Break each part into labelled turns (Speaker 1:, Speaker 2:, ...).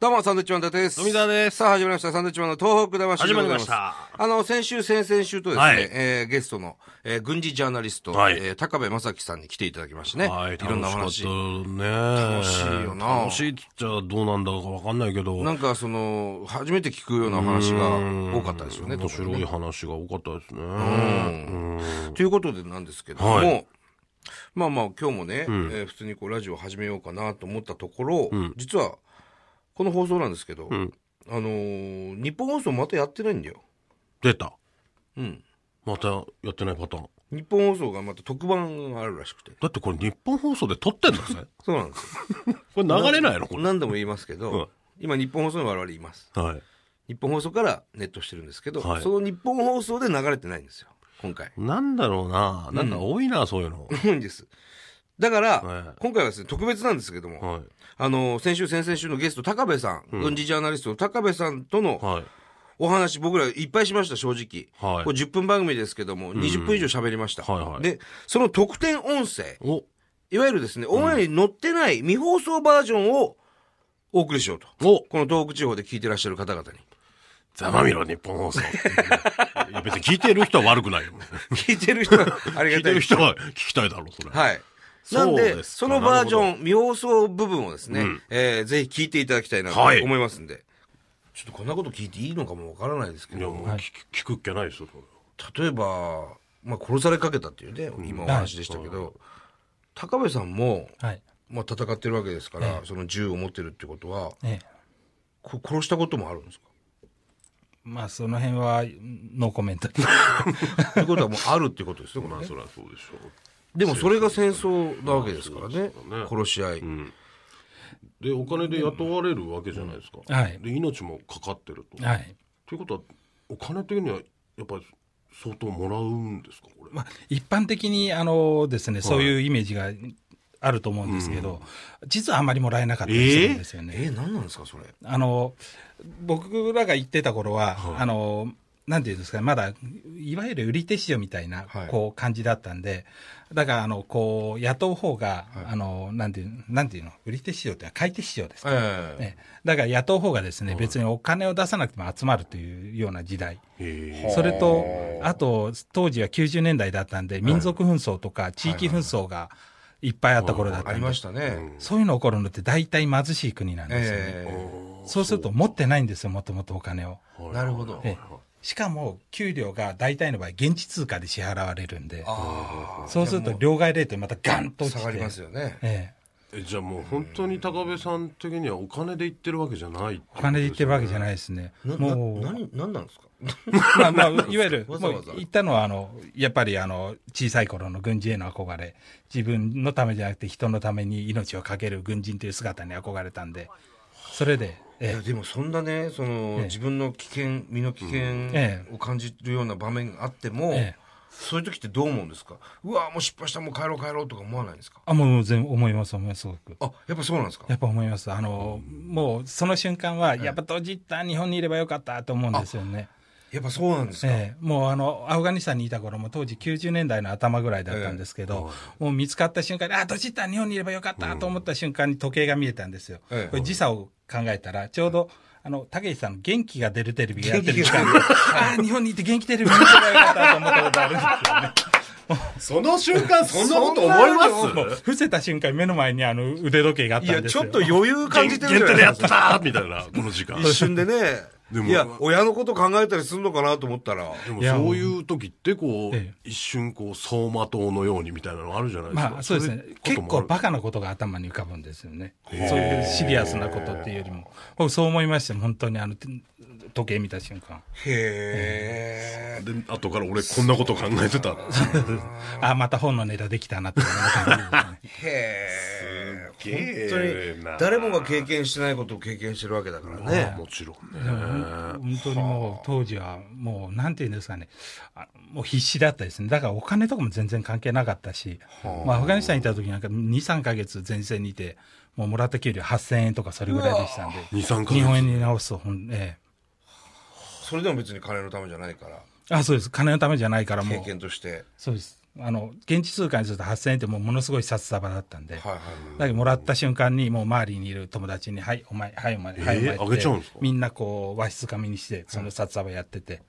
Speaker 1: どうも、サンドウィッチマン伊達です。
Speaker 2: 富澤です
Speaker 1: さあ、始まりました。サンドウィッチマンの東北魂で
Speaker 2: 始
Speaker 1: ござい
Speaker 2: まりま
Speaker 1: ます。
Speaker 2: した。
Speaker 1: あの、先週、先々週とですね、
Speaker 2: はい
Speaker 1: えーゲストの、えー軍事ジャーナリスト、
Speaker 2: はい
Speaker 1: えー高部正樹さんに来ていただきましてね、
Speaker 2: はい、
Speaker 1: ろんなお
Speaker 2: 楽
Speaker 1: 話
Speaker 2: しかっ。たね。
Speaker 1: 楽しいよな
Speaker 2: 楽しいっちゃどうなんだかわかんないけど。
Speaker 1: なんか、その、初めて聞くようなお話が多かったですよね、
Speaker 2: 面
Speaker 1: 特に
Speaker 2: 白
Speaker 1: ね
Speaker 2: い話が多かったですね。うん
Speaker 1: ということでなんですけども、
Speaker 2: はい
Speaker 1: まあまあ今日もね、えー普通にこうラジオ始めようかなと思ったところ、実はこの放送なんですけど、
Speaker 2: ん
Speaker 1: あのー日本放送またやってないんだよ。
Speaker 2: 出た。
Speaker 1: うん。
Speaker 2: またやってないパターン。
Speaker 1: 日本放送がまた特番があるらしくて。
Speaker 2: だってこれ日本放送で撮ってんだ ぜ。
Speaker 1: そうなんです
Speaker 2: これ流れないのこ
Speaker 1: よ。
Speaker 2: れ。
Speaker 1: 何度も言いますけど、
Speaker 2: うん
Speaker 1: 今日本放送に我々います。
Speaker 2: はい。
Speaker 1: 日本放送からネットしてるんですけど、
Speaker 2: はい
Speaker 1: その日本放送で流れてないんですよ、今 回。
Speaker 2: なんだろうな。なんか多いな、そういうの。
Speaker 1: 多いんです。だから、
Speaker 2: はい
Speaker 1: 今回はですね、特別なんですけども、
Speaker 2: は
Speaker 1: あの、先週、先々週のゲスト、高部さん、軍事ジャーナリストの高部さんと
Speaker 2: い。
Speaker 1: の
Speaker 2: はい。
Speaker 1: お話、僕らいっぱいしました、正直。
Speaker 2: はい
Speaker 1: これ10分番組ですけども、20分以上喋りました。
Speaker 2: はいはい
Speaker 1: で、その特典音声、
Speaker 2: お、
Speaker 1: いわゆるですね、オンエアに載ってない未放送バージョンをお送りしようと。
Speaker 2: お、
Speaker 1: この東北地方で聞いてらっしゃる方々に。
Speaker 2: ざまみろ、日本放 送。いや、別に聞いてる人は悪くないよ。
Speaker 1: 聞いてる人は ありがた
Speaker 2: 聞いて
Speaker 1: い
Speaker 2: る
Speaker 1: です。
Speaker 2: 人は聞きたいだろう、それ。
Speaker 1: はい。
Speaker 2: そ
Speaker 1: な
Speaker 2: うん
Speaker 1: で、
Speaker 2: ですか
Speaker 1: そのバージ
Speaker 2: な
Speaker 1: ョン、未放送部分をですね、
Speaker 2: うん
Speaker 1: えーぜひ聞いていただきたいなと
Speaker 2: はい
Speaker 1: 思いますんで。ちょっとこんなこと聞いていいのかもわからないですけ
Speaker 2: いや、
Speaker 1: ど。
Speaker 2: もう聞聞くっきゃないですよ、それ
Speaker 1: 例えば、まあ、殺されかけたっていうね今お話でしたけど、高部さんも、
Speaker 3: はい。
Speaker 1: まあ、戦ってるわけですから、その銃を持ってるってことは
Speaker 3: ええ。
Speaker 1: こ殺したこともあるんですか
Speaker 3: まあ、その辺は、ノーコメント。
Speaker 1: ということはもうあるってことですねこれ
Speaker 2: まあ、
Speaker 1: ね
Speaker 2: そりゃそうでしょ
Speaker 1: でもそれが戦争なわけですからね
Speaker 2: まあそう
Speaker 1: 殺し合い、
Speaker 2: う。で、お金で雇われるわけじゃないですか。
Speaker 3: はい
Speaker 2: で、命もかかってると。。
Speaker 3: はいい。
Speaker 2: ということは、お金的には、やっぱり、相当もらうんですか、これ。
Speaker 3: まあ、一般的に、あのですね、そういうイメージがあると思うんですけど、実はあまりもらえなかったりするんですよね。
Speaker 1: えー、何なんですかそれ
Speaker 3: あの、僕らが行ってた頃は、あの、なんていうんですかね、まだ、いわゆる売り手市場みたいな、
Speaker 1: はい
Speaker 3: こう、感じだったんで、だから、あの、こう、雇う方が、あの、なんていう、なんていうの、売り手市場ってのは買い手市場ですか
Speaker 1: ええ
Speaker 3: ね、だから雇う方がですね、別にお金を出さなくても集まるというような時代。
Speaker 2: へ
Speaker 3: それと、あと、当時は90年代だったんで、民族紛争とか地域紛争がいっぱいあった頃だった
Speaker 1: あり
Speaker 3: ん
Speaker 1: ま
Speaker 3: で、
Speaker 1: したね、
Speaker 3: そういうの起こるのって大体貧しい国なんですよね。
Speaker 1: え
Speaker 3: そうすると持ってないんですよ、もともとお金を。
Speaker 1: えなるほど、
Speaker 3: ええしかも、給料が大体の場合、現地通貨で支払われるんで、
Speaker 1: ああ
Speaker 3: そうすると両替レートにまたガンと落ちて。
Speaker 1: 下がりますよね
Speaker 3: ええ
Speaker 2: えじゃあもう本当に高部さん的にはお金で言ってるわけじゃない
Speaker 3: お金で言ってるわけじゃ
Speaker 2: い
Speaker 3: ないですね。
Speaker 1: なな
Speaker 3: もう、
Speaker 1: 何何なんですか
Speaker 3: まあま あ、いわゆる、
Speaker 1: わざ
Speaker 3: も
Speaker 1: わ
Speaker 3: う
Speaker 1: ざ
Speaker 3: 言ったのは、あの、やっぱりあの、小さい頃の軍人への憧れ、自分のためじゃなくて人のために命を懸ける軍人という姿に憧れたんで、それで、
Speaker 1: い
Speaker 3: え
Speaker 1: やでもそんなねその、
Speaker 3: ええ
Speaker 1: 自分の危険身の危
Speaker 3: え
Speaker 1: 険を感じるような場面があっても、
Speaker 3: ええ
Speaker 1: そういう時ってどう思うんですかうわもう失敗したもう帰ろう帰ろうとか思わないんですか
Speaker 3: あ、もう全部思います、思います、すごく。
Speaker 1: あやっぱそうなんですか
Speaker 3: やっぱ思います。あの、もうその瞬間は、やっぱ閉じた日本にいればよかったと思うんですよね。
Speaker 1: やっぱそうなんですか、
Speaker 3: ええ、もうあの、アフガニスタンにいた頃も当時90年代の頭ぐらいだったんですけど、もう見つかった瞬間に、あ、閉じた日本にいればよかったと思った瞬間に時計が見えたんですよ。
Speaker 1: ええ
Speaker 3: これ時差を考えたら、ちょうど、あの、竹内さんの元気が出るテレビがやってる時間
Speaker 1: 元気
Speaker 3: ああ、日本にいて元気テレビ見てればよかったと思ったことあるんで す
Speaker 2: そ
Speaker 3: よね。
Speaker 2: の瞬間そんなこと思い
Speaker 3: もう伏せた瞬間目の前にあの腕時計があっ
Speaker 1: い
Speaker 3: た
Speaker 1: や
Speaker 3: んです
Speaker 1: ち
Speaker 3: よ。
Speaker 1: ょっと余裕感じてるじゃ
Speaker 2: 限定
Speaker 1: な
Speaker 2: でや
Speaker 1: いで
Speaker 2: っ
Speaker 1: すか
Speaker 2: たーみたいなこの時 間
Speaker 1: 一瞬でね
Speaker 2: でも
Speaker 1: いや親のこと考えたりするのかなと思ったら
Speaker 2: でもそういう時ってこう、
Speaker 3: え
Speaker 2: 一瞬こう走馬灯のようにみたいなのあるじゃないですか、
Speaker 3: まあそうですね
Speaker 2: いこと
Speaker 3: 結
Speaker 2: もあ
Speaker 3: 構
Speaker 2: る
Speaker 3: バカなことが頭に浮かぶんですよねそういうシリアスなことっていうよりも僕そう思いました本当にあの時計見た瞬間
Speaker 1: へえ
Speaker 2: で後から俺こんなこと考えてた
Speaker 3: あまた本のネタできたなって思ったんです
Speaker 1: へ
Speaker 3: ね
Speaker 1: え
Speaker 2: すっげえ
Speaker 1: 本当
Speaker 2: な
Speaker 1: に誰もが経験してないことを経験してるわけだからね
Speaker 2: もちろん
Speaker 3: でも
Speaker 2: ね
Speaker 3: 本当にもう当時はもうなんていうんですかねあもう必死だったですねだからお金とかも全然関係なかったし、まあ、アフガニスタンにいた時なんか23か月前線にいてもうもらった給料8000円とかそれぐらいでしたんで
Speaker 2: 23ヶ
Speaker 3: 日本円
Speaker 2: 月
Speaker 3: に直すとほん、え
Speaker 1: それでも別に金のためじゃないから
Speaker 3: えあそうです金のためじゃないからも
Speaker 1: 経
Speaker 3: う
Speaker 1: 験として
Speaker 3: そうですあの現地通貨にすると8000円ってもうものすごい札束だったんで、
Speaker 1: はいはい
Speaker 3: だけどもらった瞬間にもう周りにいる友達に「はいお前はいお前、
Speaker 2: えー
Speaker 3: はいお前」
Speaker 2: あげちゃうんですか
Speaker 3: みんなこう和室紙にしてその札束やってて、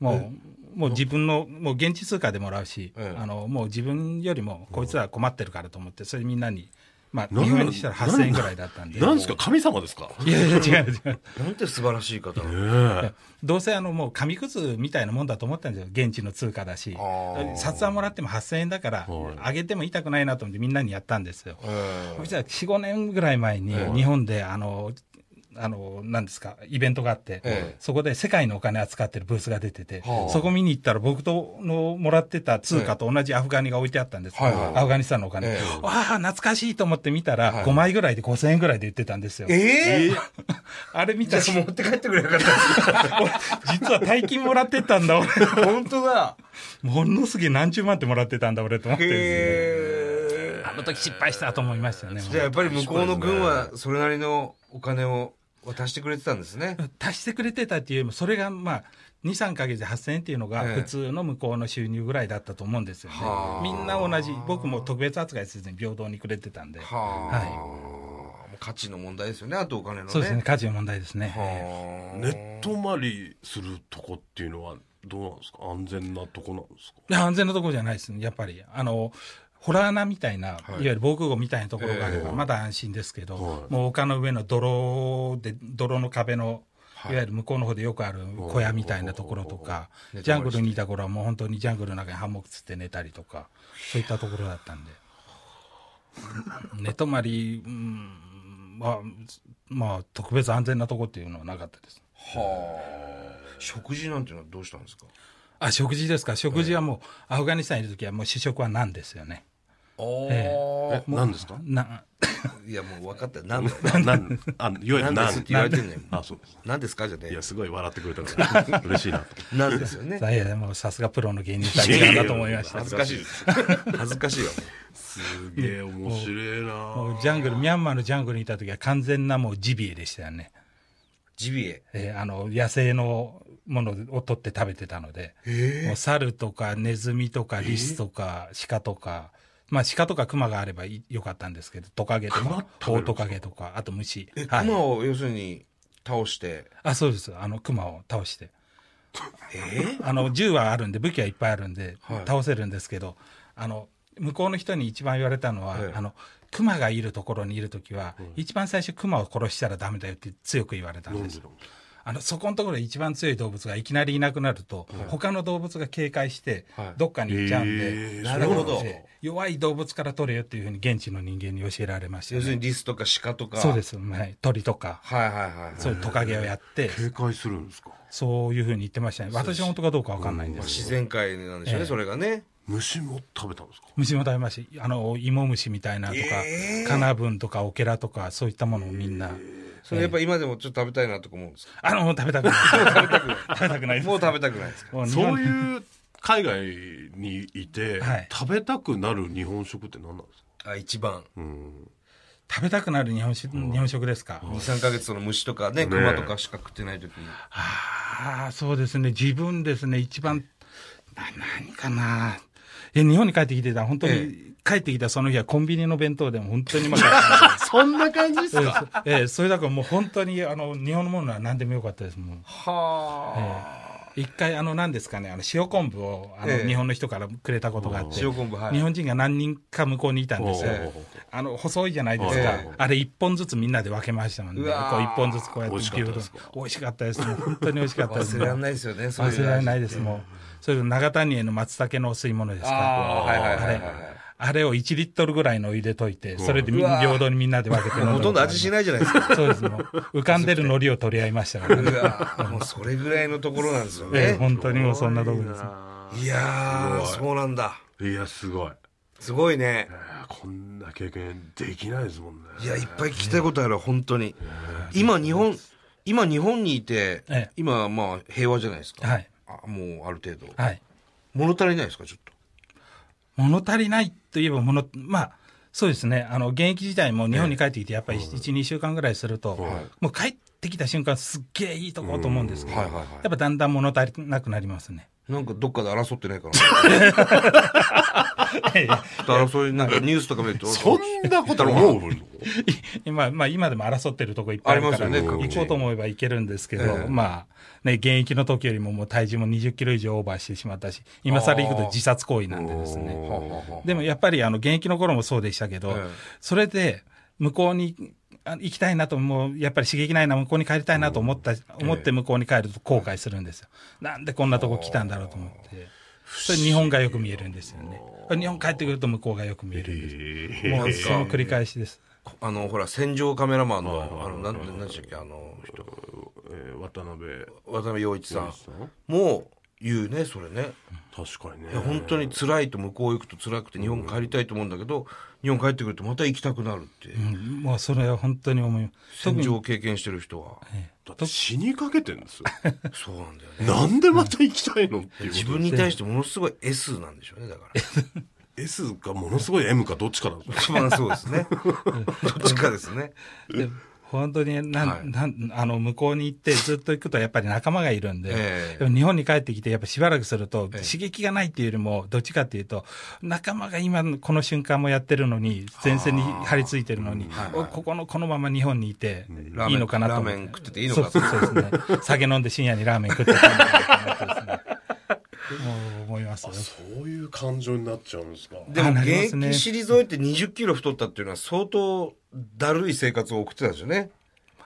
Speaker 3: もうもう自分のもう現地通貨でもらうし、
Speaker 1: ええ
Speaker 3: あのもう自分よりもこいつら困ってるからと思ってそれみんなにまあ
Speaker 2: なん
Speaker 3: 日本円にしたら8000円ぐらいだったんで。
Speaker 2: なんですか神様ですか
Speaker 3: いやいや違う違う
Speaker 1: い。なんて素晴らしい方。
Speaker 2: ええ
Speaker 3: どうせあのもう紙くずみたいなもんだと思ったんですよ現地の通貨だし
Speaker 1: あー
Speaker 3: 札はもらっても8000円だから
Speaker 2: はい
Speaker 3: あげても痛くないなと思ってみんなにやったんですよ
Speaker 1: ええ
Speaker 3: そしたら4、5年ぐらい前に、日本で、あの、あの、なんですか、イベントがあって、
Speaker 1: ええ
Speaker 3: そこで世界のお金扱ってるブースが出てて、
Speaker 1: はあ
Speaker 3: そこ見に行ったら僕とのもらってた通貨と同じアフガニが置いてあったんです、
Speaker 1: はいはい
Speaker 3: アフガニスタンのお金。
Speaker 1: ええ
Speaker 3: わあ、懐かしいと思って見たら、
Speaker 1: はい
Speaker 3: 5枚ぐらいで5000円ぐらいで売ってたんですよ。
Speaker 1: ええ
Speaker 3: あれ見
Speaker 1: じゃ
Speaker 3: た
Speaker 1: あ
Speaker 3: ら、
Speaker 1: 持って帰ってくれよかった
Speaker 3: 俺実は大金もらってたんだ、俺。
Speaker 1: です。 本当だ。
Speaker 3: ものすげえ何十万ってもらってたんだ、俺と思ってですね。
Speaker 1: へえ
Speaker 3: あの時失敗したと思いましたね。
Speaker 1: じゃあやっぱり向こうの軍はそれなりのお金を渡してくれてたんですね。
Speaker 3: 足してくれてたっていうよりも、それがまあ、2、3ヶ月で8000円っていうのが、
Speaker 1: ええ
Speaker 3: 普通の向こうの収入ぐらいだったと思うんですよね
Speaker 1: はあ。
Speaker 3: みんな同じ、僕も特別扱いせずに平等にくれてたんで、
Speaker 1: はあ。もう価値の問題ですよね、あとお金のね。
Speaker 3: そうですね、。価値の問題ですね。ええ
Speaker 1: はあ。
Speaker 2: ネット回りするとこっていうのはどうなんですか安全なとこなんですか
Speaker 3: いや安全なところじゃないですね、やっぱり。あのホラー穴みたいな、い、わゆる防空壕みたいなところがあれば、まだ安心ですけど、
Speaker 2: はい
Speaker 3: もう丘の上の泥で、泥の壁の、い、わゆる向こうの方でよくある小屋みたいなところとか、
Speaker 1: うん
Speaker 3: ジャングルにいた頃はもう本当にジャングルの中にハンモックつって寝たりとか、そういったところだったんで。寝泊まり、うん、まあ、まあ、特別安全なところっていうのはなかったです。
Speaker 1: はあ。食事なんていうのはどうしたんですか
Speaker 3: あ、食事ですか。食事はもう、アフガニスタンにいるときはもう主食はなんですよね。
Speaker 1: あ
Speaker 2: え
Speaker 1: あ。
Speaker 2: 何ですか
Speaker 3: な、
Speaker 1: いや、もう分かった。なんだよ
Speaker 2: なんあいわゆる
Speaker 1: なんで
Speaker 2: な
Speaker 1: すっ
Speaker 2: ん
Speaker 1: て言われてんねん。
Speaker 2: あそうです
Speaker 1: なんですかじゃね
Speaker 2: いやすごい笑ってくれた から嬉しいなと
Speaker 1: え。なんですよね。
Speaker 3: いや、もうさすがプロの芸人さんだなと思いました。
Speaker 1: 恥ずかしいです。恥ずかしいわ。
Speaker 2: すげえ面白い
Speaker 3: も
Speaker 2: な
Speaker 3: うジャングル、ミャンマーのジャングルにいた時は完全なもうジビエでしたよね。
Speaker 1: ジビエ。
Speaker 3: えーあの、野生のものを取って食べてたので、もう猿とかネズミとかリスとか鹿とか、まあ鹿とか熊があればいよかったんですけど、トカゲと
Speaker 2: 熊
Speaker 3: か
Speaker 2: 食、べる
Speaker 3: オ
Speaker 2: んですか
Speaker 3: トカゲとか、あと虫。
Speaker 1: え、
Speaker 3: はい
Speaker 1: 熊を要するに倒して。
Speaker 3: あ、そうです。あの、熊を倒して。
Speaker 1: え
Speaker 3: あの銃はあるんで武器はいっぱいあるんで、
Speaker 1: はい
Speaker 3: 倒せるんですけどあの向こうの人に一番言われたのは、
Speaker 1: ええ
Speaker 3: あの熊がいるところにいるときは、一番最初熊を殺したらダメだよって強く言われたんです。あのそこのところで一番強い動物がいきなりいなくなると、他の動物が警戒して、
Speaker 1: はい
Speaker 3: どっかに行っちゃうんで、
Speaker 2: えー
Speaker 1: なるほど
Speaker 3: ええ弱い動物から取れよっていうふうに現地の人間に教えられました、
Speaker 1: 要する
Speaker 3: ね
Speaker 1: に。リスとか鹿とか。
Speaker 3: そうで。す、はい、鳥とか、
Speaker 1: はいはいはい。
Speaker 3: そういうトカゲをやって、
Speaker 2: 警戒するんですか
Speaker 3: そういうふうに言ってましたね。私は本当かどうかわかんないんですけど
Speaker 1: まあ自然界なんでしょう
Speaker 3: え
Speaker 1: ね、
Speaker 3: え
Speaker 1: それがね。
Speaker 2: 虫も食べたんですか
Speaker 3: 虫も食べますし、あの、芋虫みたいなとか、
Speaker 1: えー
Speaker 3: カナブンとかオケラとか、そういったものをみんな、
Speaker 1: それやっぱ今でもちょっと食べたいなとか思うんですか
Speaker 3: あの、もう食べたくない。食べたくないです。
Speaker 1: もう食べたくないですか
Speaker 3: もう日
Speaker 2: そう
Speaker 3: 本
Speaker 2: いう海外にいて、
Speaker 3: はい
Speaker 2: 食べたくなる日本食って何なんですか
Speaker 1: あ、一番。
Speaker 2: うん
Speaker 3: 食べたくなる日本酒、日本食ですか。
Speaker 1: 2、3ヶ月その虫とかね、
Speaker 2: ねえ
Speaker 1: 熊とかしか食ってない時に。
Speaker 3: ああ、そうですね。自分ですね、一番、な何かな。え、日本に帰ってきてた、本当に、
Speaker 1: え
Speaker 3: 帰ってきたその日はコンビニの弁当でも本当にうまかった。
Speaker 2: そんな感じ ですか
Speaker 3: ええそれだからもう本当に、あの、日本のものは何でもよかったです、もう。
Speaker 1: はあ。
Speaker 3: 一回、あの、何ですかね、あの、塩昆布を、あの、
Speaker 1: ええ
Speaker 3: 日本の人からくれたことがあって、
Speaker 1: 塩昆布、は
Speaker 3: 日
Speaker 1: い。
Speaker 3: 本人が何人か向こうにいたんですよ
Speaker 1: え。
Speaker 3: あの、細いじゃないですか。
Speaker 1: ええ
Speaker 3: あれ一本ずつみんなで分けましたもんね。
Speaker 1: う
Speaker 3: こう
Speaker 1: わー
Speaker 3: 一本ずつこうやって
Speaker 2: 美味しかったですか
Speaker 3: 美味しかったです。本当に美味しかったです。
Speaker 1: 忘れられないですよね、そういう味
Speaker 3: 忘れられないです。もう。それと長谷への松茸のお吸い物ですか。
Speaker 1: ああ、はいはいは
Speaker 3: あ
Speaker 1: い
Speaker 3: れ
Speaker 1: はいはい。、
Speaker 3: あれを1リットルぐらいのお湯で溶いて、それでみん平等にみんなで分けて飲んだ
Speaker 1: ほとんど味しないじゃないです か。
Speaker 3: そうです。もう浮かんでる海苔を取り合いましたから
Speaker 1: う
Speaker 3: ね。
Speaker 1: わもうそれぐらいのところなんですよ
Speaker 3: ええ
Speaker 1: ね。
Speaker 3: 本当にもうそんなとこです。
Speaker 1: いやー、
Speaker 2: す
Speaker 1: そうなんだ。
Speaker 2: いやすごい
Speaker 1: すごいね
Speaker 2: え。ーこんな経験できないですもんね
Speaker 1: いや、いっぱい聞きたいことある、本当に。今、日本、今、日本にいて
Speaker 3: ええ、
Speaker 1: 今、まあ、平和じゃないですか。
Speaker 3: はい。
Speaker 1: あもう、ある程度。
Speaker 3: はい。
Speaker 1: 物足りないですか、ちょっと。
Speaker 3: 物足りないといえば物、まあ、そうですね、あの現役時代も日本に帰ってきて、やっぱり1、2週間ぐらいすると、もう帰ってきた瞬間、すっげえいいとこと思うんですけど、
Speaker 1: うん
Speaker 3: や
Speaker 1: はいはいはい
Speaker 3: っぱだんだん物足りなくなりますね。
Speaker 1: なんかどっかで争ってないかな。ちょっと争い、なんかニュースとか見ると。
Speaker 2: そんなこと思う
Speaker 3: 今、まあ今でも争ってるとこいっぱいあるから、
Speaker 1: ありますよね各地
Speaker 3: 行こうと思えば行けるんですけど、
Speaker 1: ええ
Speaker 3: まあね、現役の時よりももう体重も20キロ以上オーバーしてしまったし、今更行くと自殺行為なんでです
Speaker 1: は
Speaker 3: ね。
Speaker 1: あはあはあ
Speaker 3: でもやっぱりあの現役の頃もそうでしたけど、
Speaker 1: ええ
Speaker 3: それで向こうにあ行きたいなと、もうやっぱり刺激ないな、向こうに帰りたいなと思った、思って向こうに帰ると後悔するんですよ。なんでこんなとこ来たんだろうと思って。それ日本がよく見えるんですよね。日本帰ってくると向こうがよく見えるんです。もうその繰り返しです。
Speaker 1: あの、ほら、戦場カメラマンの、あの、なんて、なんでしたっけ、あの人、
Speaker 2: えー渡辺
Speaker 1: 渡辺陽一さん
Speaker 2: さん
Speaker 1: も言うね、それね。
Speaker 2: 確かにね
Speaker 1: いや本当に辛いと向こう行くと辛くて日本帰りたいと思うんだけど、日本帰ってくるとまた行きたくなるって、
Speaker 3: うん、もうそれは本当に思います。特
Speaker 1: 戦
Speaker 3: に
Speaker 1: 場を経験してる人は。
Speaker 2: だって死にかけてんですよ
Speaker 1: そうなんだよね。
Speaker 2: なんでまた行きたいのっていう
Speaker 1: 自分に対してものすごい S なんでしょうね、だから。
Speaker 2: S かものすごい M かどっちかだ
Speaker 1: 一番そうです ね。どっちかですね。
Speaker 3: で本当になん、
Speaker 1: はい
Speaker 3: なん、あの、向こうに行ってずっと行くとやっぱり仲間がいるんで、
Speaker 1: ええ
Speaker 3: でも日本に帰ってきてやっぱしばらくすると
Speaker 1: ええ
Speaker 3: 刺激がないっていうよりも、どっちかっていうと、仲間が今のこの瞬間もやってるのに、前線に張り付いてるのに、おここの、このまま日本にいて
Speaker 1: ラーメン
Speaker 3: いいのかなと思って。
Speaker 1: ラーメン食ってていいのか
Speaker 3: そうそうそうですね。酒飲んで深夜にラーメン食ってていいのかなってですね。もう思いますよ。
Speaker 2: そういう感情になっちゃうんですか
Speaker 1: で
Speaker 3: あ
Speaker 1: も、
Speaker 3: なりま
Speaker 1: 現役
Speaker 3: すね
Speaker 1: 退いて20キロ太ったっていうのは相当だるい生活を送ってたんですよね。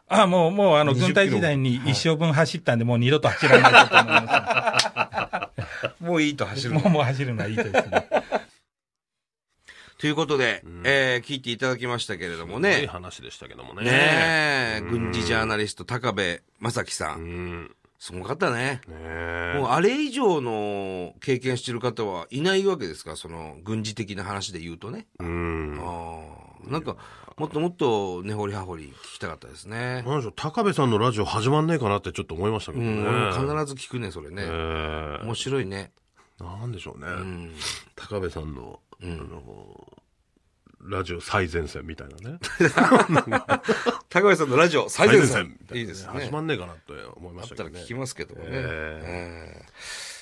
Speaker 3: あ、もう、もう、あの、
Speaker 1: 20キロ
Speaker 3: 軍隊時代に一生分走ったんで、もう二度と走らないと思います。
Speaker 1: もういいと走る
Speaker 3: も
Speaker 1: の
Speaker 3: う、。もう走るのはいいですね。
Speaker 1: ということで、えー聞いていただきましたけれども
Speaker 2: いい
Speaker 1: ね。
Speaker 2: 話でしたけどもね
Speaker 1: ねえ、軍事ジャーナリスト高部正樹さ。
Speaker 2: うんんね
Speaker 1: すごかったね。
Speaker 2: え
Speaker 1: もうあれ以上の経験してる方はいないわけですかその軍事的な話で言うとね。
Speaker 2: うん
Speaker 1: ああ。なんか、もっともっと根掘り葉掘り聞きたかったですね。
Speaker 2: なんでしょう高部さんのラジオ始まんねえかなってちょっと思いましたけ
Speaker 1: う
Speaker 2: どね、
Speaker 1: ん、俺も必ず聞くね、それね。
Speaker 2: えー
Speaker 1: 面白いね。
Speaker 2: なんでしょうね、
Speaker 1: うん。
Speaker 2: 高部さんの,、あのラジオ最前線みたいなね
Speaker 1: 高橋さんのラジオ、最前線
Speaker 2: み。た
Speaker 1: い
Speaker 2: ない
Speaker 1: ですね。
Speaker 2: 始まんねえかなって思いま
Speaker 1: あっ
Speaker 2: したけ
Speaker 1: た
Speaker 2: ど
Speaker 1: ら
Speaker 2: ね
Speaker 1: 聞きますけどもね。
Speaker 2: え
Speaker 1: えー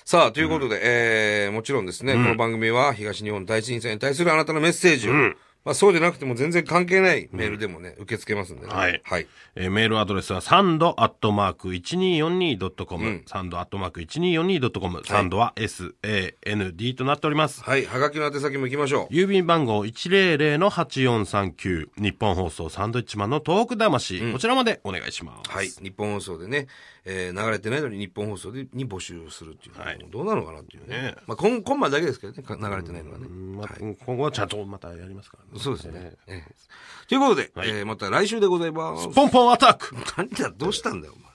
Speaker 1: さあ、ということで、えーもちろんですね、この番組は東日本大震災に対するあなたのメッセージを、まあそうでなくても全然関係ないメールでもね、受け付けますんでね。
Speaker 2: はい
Speaker 1: はい。
Speaker 2: えーメールアドレスはサンドアットマーク 1242.com、サンドアットマーク 1242.com、サンドは SAND となっております。
Speaker 1: はい、はがきの宛先も行きましょう。
Speaker 2: 郵便番号100-8439日本放送サンドイッチマンのトーク魂、こちらまでお願いします。
Speaker 1: はい。日本放送でね、えー流れてないのに日本放送でに募集するっていうのは
Speaker 2: はい
Speaker 1: どうなのかなっていうね。
Speaker 2: ね
Speaker 1: まあ、今、今晩だけですけどね、か流れてないのはね。
Speaker 2: うんまあ今後はちゃんとまたやりますからね。
Speaker 1: そうですね。ええということで、えーまた来週でございます。
Speaker 2: ポンポンアタック
Speaker 1: 何だ、どうしたんだよ、お前。